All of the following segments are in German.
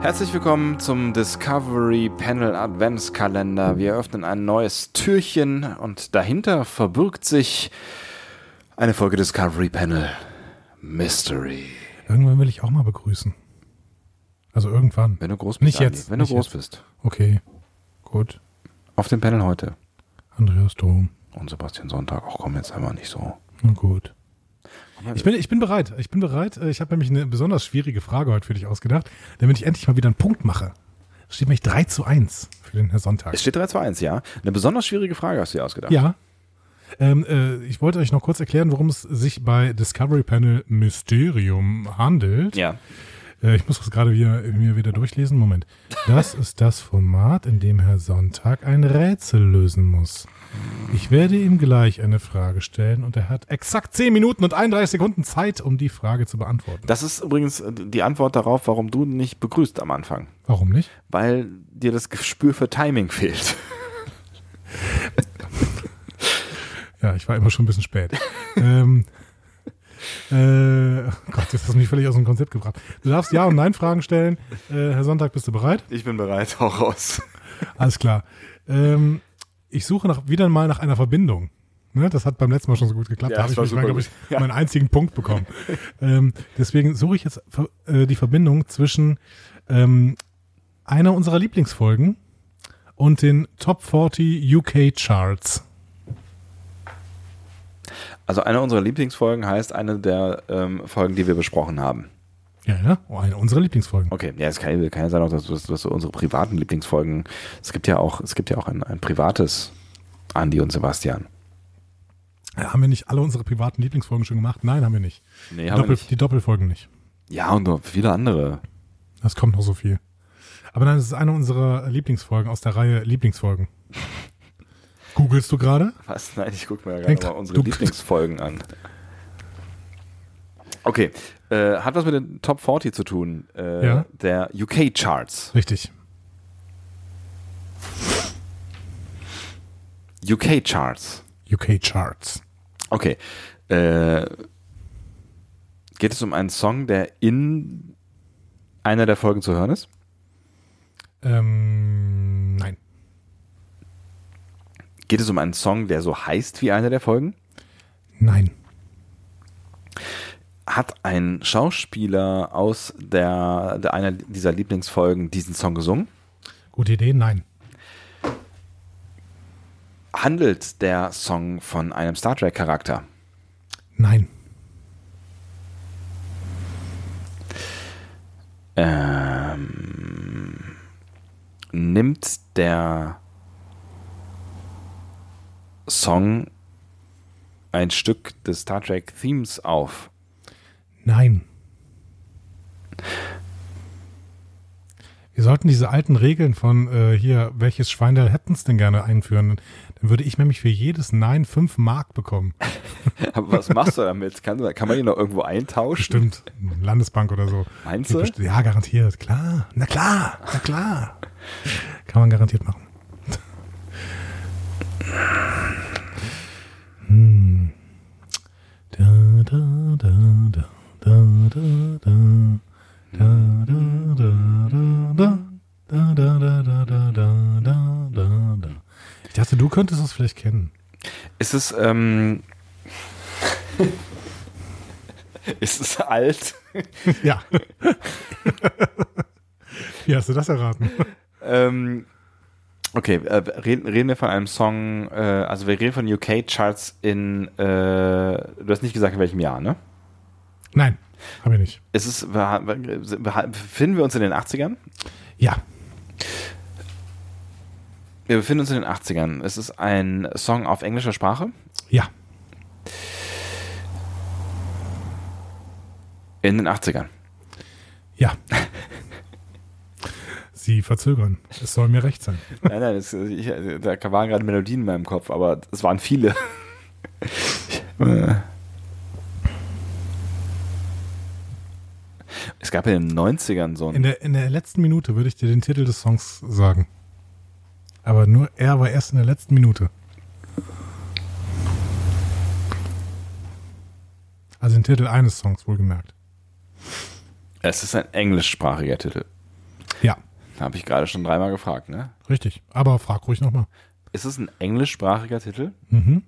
Herzlich willkommen zum Discovery Panel Adventskalender. Wir öffnen ein neues Türchen und dahinter verbirgt sich eine Folge Discovery Panel Mystery. Irgendwann will ich auch mal begrüßen. Also irgendwann. Wenn du groß bist, Nicht Andi, jetzt, wenn du nicht groß jetzt. bist. Okay, gut. Auf dem Panel heute. Andreas Dom. Und Sebastian Sonntag. Auch komm jetzt einmal nicht so. Na gut. Ich bin, ich bin bereit. Ich bin bereit. Ich habe nämlich eine besonders schwierige Frage heute für dich ausgedacht, damit ich endlich mal wieder einen Punkt mache. Es steht nämlich 3 zu 1 für den Herr Sonntag. Es steht 3 zu 1, ja. Eine besonders schwierige Frage hast du dir ausgedacht. Ja. Ähm, äh, ich wollte euch noch kurz erklären, worum es sich bei Discovery Panel Mysterium handelt. Ja. Äh, ich muss das gerade wieder, mir wieder durchlesen. Moment. Das ist das Format, in dem Herr Sonntag ein Rätsel lösen muss. Ich werde ihm gleich eine Frage stellen und er hat exakt 10 Minuten und 31 Sekunden Zeit, um die Frage zu beantworten. Das ist übrigens äh, die Antwort darauf, warum du nicht begrüßt am Anfang. Warum nicht? Weil dir das Gespür für Timing fehlt. Ja, ich war immer schon ein bisschen spät. ähm, äh, oh Gott, jetzt hast du mich völlig aus dem Konzept gebracht. Du darfst Ja- und Nein-Fragen stellen. Äh, Herr Sonntag, bist du bereit? Ich bin bereit, auch raus. Alles klar. Ähm, ich suche nach, wieder mal nach einer Verbindung. Ne, das hat beim letzten Mal schon so gut geklappt. Ja, da habe das ich, war mich super mal, glaub ich gut. Ja. meinen einzigen Punkt bekommen. ähm, deswegen suche ich jetzt ver- äh, die Verbindung zwischen ähm, einer unserer Lieblingsfolgen und den Top 40 UK Charts. Also eine unserer Lieblingsfolgen heißt eine der ähm, Folgen, die wir besprochen haben. Ja, ja. Oh, eine unserer Lieblingsfolgen. Okay, ja, es kann, kann ja sein auch, dass, dass, dass unsere privaten Lieblingsfolgen. Es gibt ja auch, es gibt ja auch ein, ein privates Andi und Sebastian. Ja, Äh, haben wir nicht alle unsere privaten Lieblingsfolgen schon gemacht? Nein, haben wir nicht. Nee, Die haben wir Doppel, nicht. Die Doppelfolgen nicht. Ja, und noch viele andere. Das kommt noch so viel. Aber nein, es ist eine unserer Lieblingsfolgen aus der Reihe Lieblingsfolgen. Googlest du gerade? Was? Nein, ich gucke mir ja Denk gerade mal dran, unsere du- Lieblingsfolgen an. Okay, äh, hat was mit den Top 40 zu tun, äh, Ja. der UK-Charts. Richtig. UK-Charts. UK Charts. Okay. Äh, geht es um einen Song, der in einer der Folgen zu hören ist? Ähm, nein. Geht es um einen Song, der so heißt wie eine der Folgen? Nein. Hat ein Schauspieler aus der, der einer dieser Lieblingsfolgen diesen Song gesungen? Gute Idee? Nein. Handelt der Song von einem Star Trek-Charakter? Nein. Ähm, nimmt der Song ein Stück des Star Trek Themes auf? Nein. Wir sollten diese alten Regeln von äh, hier, welches Schwein da hätten's denn gerne einführen. Dann würde ich nämlich für jedes Nein 5 Mark bekommen. Aber was machst du damit? Kann, kann man ihn noch irgendwo eintauschen? Bestimmt. Landesbank oder so. Meinst du? Best- Ja, garantiert. Klar. Na klar. Na klar. Kann man garantiert machen. Hm. Da, da, da, da, da, da, da. Da, da, da, da, da. Da, da, da, da, da, da, da, da, da. Ich dachte, du könntest es vielleicht kennen. Ist es, ähm, ist es alt? Ja. Wie hast du das erraten? Ähm, okay, äh, reden, reden wir von einem Song, äh, also wir reden von UK-Charts in, äh, du hast nicht gesagt, in welchem Jahr, ne? Nein, habe ich nicht. Ist es, war- war- war- befinden wir uns in den 80ern? Ja, Wir befinden uns in den 80ern. Es ist ein Song auf englischer Sprache. ja, In den 80ern. ja. Sie verzögern. Es soll mir recht sein. Nein, nein, es, ich, da waren gerade Melodien in meinem Kopf, aber es waren viele. Äh. Es gab in den 90ern so In ein. der, in der letzten Minute würde ich dir den Titel des Songs sagen. Aber nur er war erst in der letzten Minute. Also den Titel eines Songs, wohlgemerkt. Es ist ein englischsprachiger Titel. Ja, Habe ich gerade schon dreimal gefragt, ne? richtig. Aber frag ruhig nochmal. Ist es ein englischsprachiger Titel? Mhm.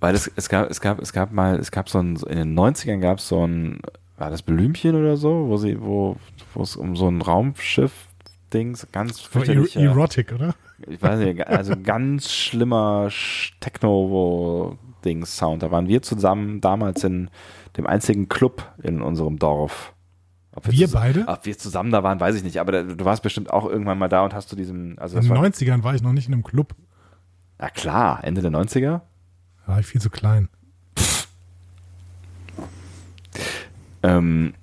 Weil es, es gab, es gab, es gab mal, es gab so ein, in den 90ern gab es so ein, war das Blümchen oder so, wo sie, wo, wo es um so ein Raumschiff-Dings, ganz Aber er fürchterlicher, erotic, oder? ich weiß nicht, also ganz schlimmer Sch- Techno-Dings-Sound. Da waren wir zusammen damals in dem einzigen Club in unserem Dorf. Ob Wir zusammen- beide? Ob wir zusammen da waren, weiß ich nicht, aber da, du warst bestimmt auch irgendwann mal da und hast du diesem, also In das den war, 90ern war ich noch nicht in einem Club. na klar, Ende der 90er. Da war ich viel zu klein. Ähm,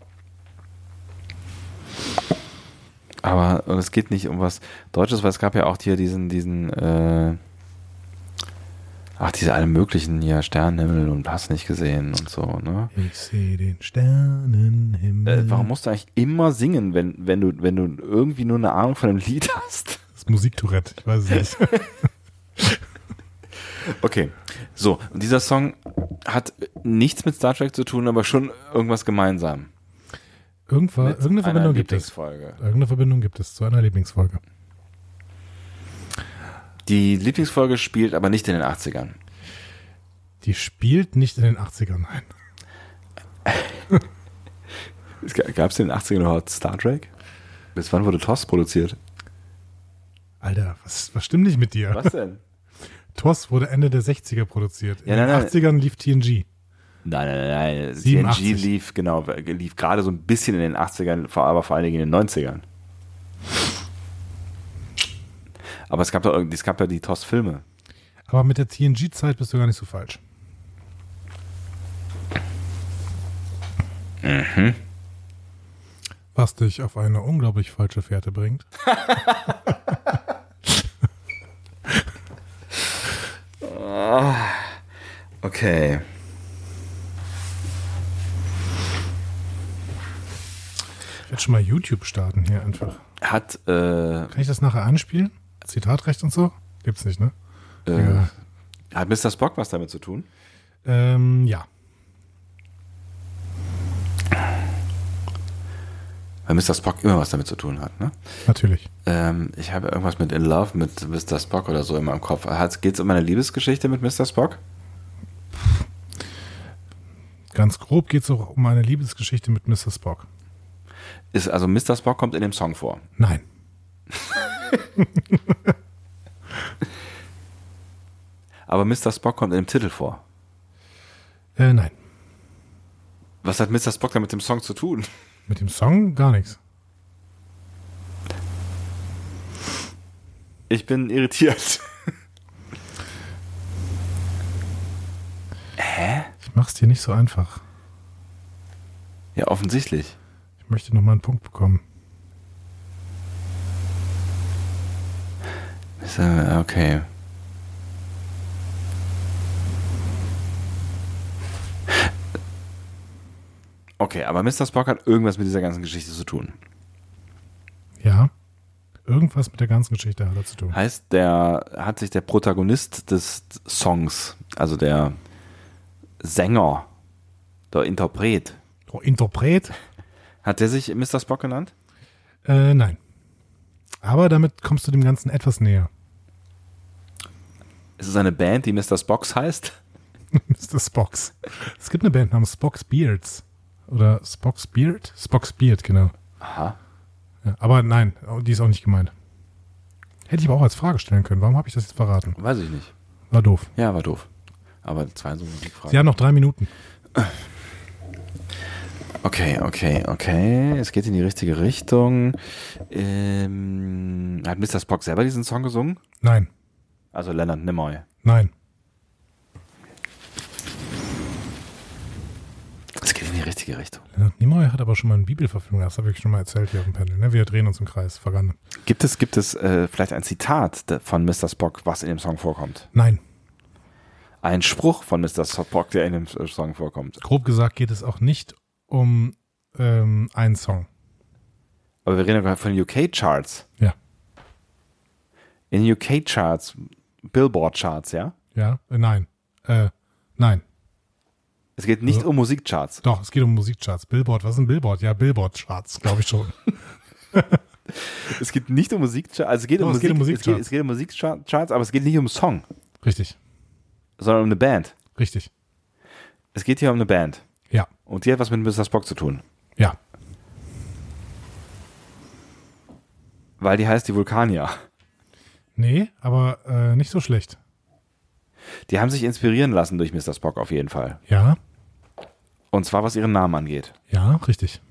aber und es geht nicht um was Deutsches, weil es gab ja auch hier diesen, diesen, äh, ach, diese alle möglichen hier, Sternenhimmel und hast nicht gesehen und so, ne? Ich sehe den Sternenhimmel. Äh, warum musst du eigentlich immer singen, wenn, wenn, du, wenn du irgendwie nur eine Ahnung von einem Lied hast? Das ist Musiktourette, ich weiß es nicht. Okay. So, und dieser Song hat nichts mit Star Trek zu tun, aber schon irgendwas gemeinsam. Irgendwa, Mit einer irgendeine Verbindung gibt es. Lieblingsfolge. Irgendeine Verbindung gibt es zu einer Lieblingsfolge. Die Lieblingsfolge spielt aber nicht in den 80ern. Die spielt nicht in den 80ern, nein. Gab es in den 80ern überhaupt Star Trek? Bis wann wurde TOS produziert? Alter, was, was stimmt nicht mit dir? denn? TOS wurde Ende der 60er produziert. In Ja, den nein, nein. 80ern lief TNG. Nein, nein, nein, nein. 87. TNG lief, genau, lief gerade so ein bisschen in den 80ern, vor- aber vor allen Dingen in den 90ern. Aber es gab da, es gab ja die TOS-Filme. Aber mit der TNG-Zeit bist du gar nicht so falsch. Mhm. Was dich auf eine unglaublich falsche Fährte bringt. Okay. Ich werde schon mal YouTube starten hier einfach. Hat, äh, äh, Kann ich das nachher anspielen? Zitatrecht und so? Gibt's nicht, ne? Äh. Ja. hat Mr. Spock was damit zu tun? Ähm, ja. Weil Mr. Spock immer was damit zu tun hat, ne? natürlich. Ähm, ich habe irgendwas mit In Love mit Mr. Spock oder so immer im Kopf. Geht es um eine Liebesgeschichte mit Mr. Spock? Ganz grob geht's auch um eine Liebesgeschichte mit Mr. Spock. Ist, also Mr. Spock kommt in dem Song vor. Nein. Aber Mr. Spock kommt in dem Titel vor. Äh, nein. Was hat Mr. Spock denn mit dem Song zu tun? Mit dem Song gar nichts. Ich bin irritiert. Ich mach's dir nicht so einfach. Ja, offensichtlich. Ich möchte nochmal einen Punkt bekommen. Ist, äh, Okay. Okay, aber Mr. Spock hat irgendwas mit dieser ganzen Geschichte zu tun. Ja. Irgendwas mit der ganzen Geschichte hat er zu tun. Heißt, der hat sich der Protagonist des Songs, also der Sänger, der Interpret, Oh, Interpret? hat der sich Mr. Spock genannt? Äh, nein. Aber damit kommst du dem Ganzen etwas näher. Ist es eine Band, die Mr. Spocks heißt? Mr. Spocks. Es gibt eine Band namens Spock's Beards. Oder Spock's Beard? Spock's Beard, genau. Aha. Ja, aber nein, die ist auch nicht gemeint. Hätte ich aber auch als Frage stellen können. Warum habe ich das jetzt verraten? Weiß ich nicht. War doof. Ja, war doof. Aber zwei so Sie Musikfragen. haben noch drei Minuten. Okay, okay, okay. Es geht in die richtige Richtung. Ähm, hat Mr. Spock selber diesen Song gesungen? Nein, Also Leonard Nimoy. nein. Es geht in die richtige Richtung. Leonard Nimoy hat aber schon mal eine Bibelverfilmung. Das habe ich schon mal erzählt hier auf dem Panel. Ne? Wir drehen uns im Kreis. Vergangen. Gibt es, gibt es äh, vielleicht ein Zitat de- von Mr. Spock, was in dem Song vorkommt? Nein. Ein Spruch von Mr. Spock, der in dem äh, Song vorkommt. Grob gesagt geht es auch nicht um ähm, einen Song. Aber wir reden ja gerade von UK-Charts. Ja. In UK-Charts, Billboard-Charts, ja? Ja? Äh, nein. Äh, nein. Es geht nicht Ja. um Musikcharts. Doch, es geht um Musikcharts. Billboard. Was ist ein Billboard? Ja, Billboard-Charts, glaube ich schon. Es geht nicht um Musikcharts, also es geht, Doch, um es geht um Musik- es geht, Musikcharts. es geht um Musikcharts, aber es geht nicht um Song, Richtig, sondern um eine Band. richtig. Es geht hier um eine Band. Ja, Und die hat was mit Mr. Spock zu tun. ja. Weil die heißt die Vulkanier. Nee, aber äh, nicht so schlecht. Die haben sich inspirieren lassen durch Mr. Spock auf jeden Fall. Ja, Und zwar was ihren Namen angeht. ja, richtig.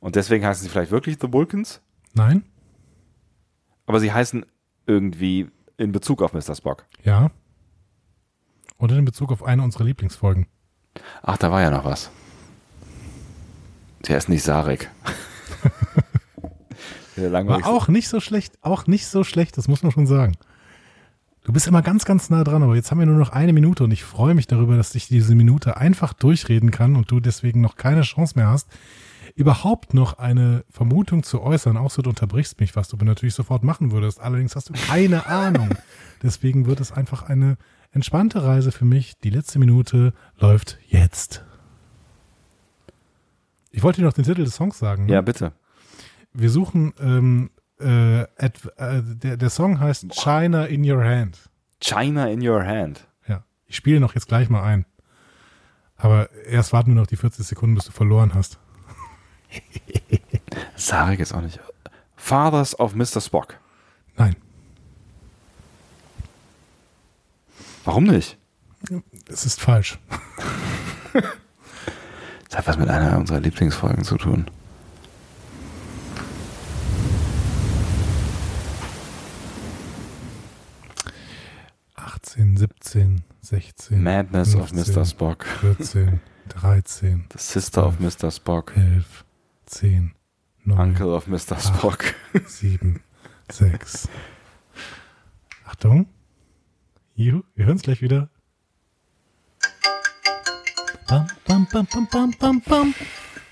Und deswegen heißen sie vielleicht wirklich The Vulcans, Nein, aber sie heißen irgendwie in Bezug auf Mr. Spock. ja. Oder in Bezug auf eine unserer Lieblingsfolgen. Ach, da war ja noch was. Der ist nicht Sarek. Der War langweiligste. auch nicht so schlecht, auch nicht so schlecht, das muss man schon sagen. Du bist immer ganz, ganz nah dran, aber jetzt haben wir nur noch eine Minute und ich freue mich darüber, dass ich diese Minute einfach durchreden kann und du deswegen noch keine Chance mehr hast, überhaupt noch eine Vermutung zu äußern, außer du unterbrichst mich, was du natürlich sofort machen würdest. Allerdings hast du keine Ahnung. Deswegen wird es einfach eine entspannte Reise für mich. Die letzte Minute läuft jetzt. Ich wollte dir noch den Titel des Songs sagen. ne? Ja, bitte. Wir suchen, ähm, äh, et- äh, der, der Song heißt China in Your Hand. China in your hand. Ja, ich spiele noch jetzt gleich mal ein. Aber erst warten wir noch die 40 Sekunden, bis du verloren hast. Sarek ist auch nicht. Fathers of Mr. Spock. Nein, Warum nicht? es ist falsch. Das hat was mit einer unserer Lieblingsfolgen zu tun. Hm. 18, 17, 16. Madness of Mr. Spock. 14, 13, The Sister of Mr. Spock. 11, 10, 9, Uncle of Ah. Mr. Spock. 7, 6. Achtung. Juhu, wir hören es gleich wieder. Bam, bam, bam, bam, bam, bam, bam.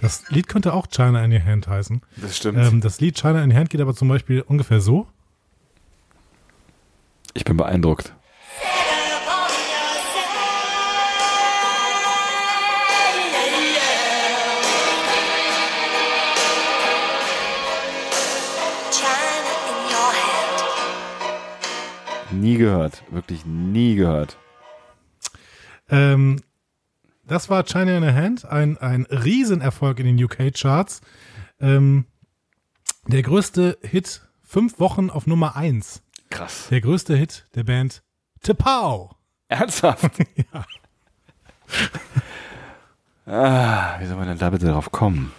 Das Lied könnte auch China in your hand heißen. Das stimmt. Ähm, das Lied China in your hand geht aber zum Beispiel ungefähr so. Ich bin beeindruckt. China in your hand. Nie gehört. Wirklich nie gehört. Ähm, das war China in a Hand, ein, ein Riesenerfolg in den UK-Charts. Ähm, der größte Hit, fünf Wochen auf Nummer eins. Krass. Der größte Hit der Band Tepau. Ernsthaft? Ah, wie soll man denn da bitte drauf kommen?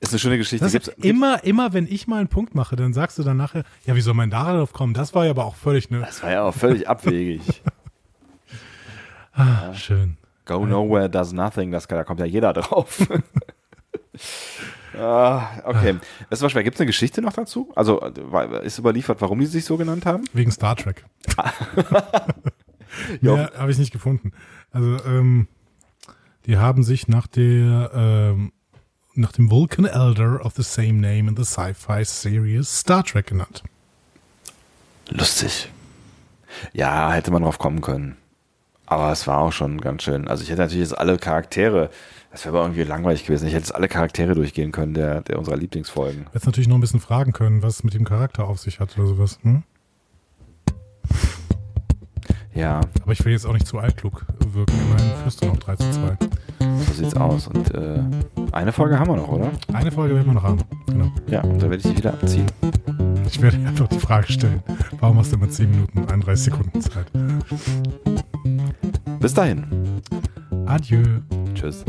Ist eine schöne Geschichte. Das Gibt's- ist immer, immer, wenn ich mal einen Punkt mache, dann sagst du dann nachher, ja, wie soll man darauf kommen? Das war ja aber auch völlig ne. das war ja auch völlig abwegig. Ah, schön. Go nowhere does nothing, das, da kommt ja jeder drauf. ah, okay. Das war schwer. Gibt es eine Geschichte noch dazu? Also äh, ist überliefert, warum die sich so genannt haben? Wegen Star Trek. ja, habe ich nicht gefunden. Also, ähm, die haben sich nach der, ähm, nach dem Vulcan Elder of the same name in the sci-fi series Star Trek genannt. Lustig. Ja, hätte man drauf kommen können. Aber es war auch schon ganz schön. Also ich hätte natürlich jetzt alle Charaktere, das wäre aber irgendwie langweilig gewesen. Ich hätte jetzt alle Charaktere durchgehen können, der, der unserer Lieblingsfolgen. Jetzt natürlich noch ein bisschen fragen können, was es mit dem Charakter auf sich hat oder sowas. Hm? Ja, Aber ich will jetzt auch nicht zu altklug wirken. Immerhin führst du noch 3 zu 2. so sieht's aus. Und äh, eine Folge haben wir noch, oder? Eine Folge werden wir noch haben. Genau. Ja, und da werde ich dich wieder abziehen. Ich werde einfach die Frage stellen, warum hast du immer 10 Minuten und 31 Sekunden Zeit? Bis dahin. Adieu. Tschüss.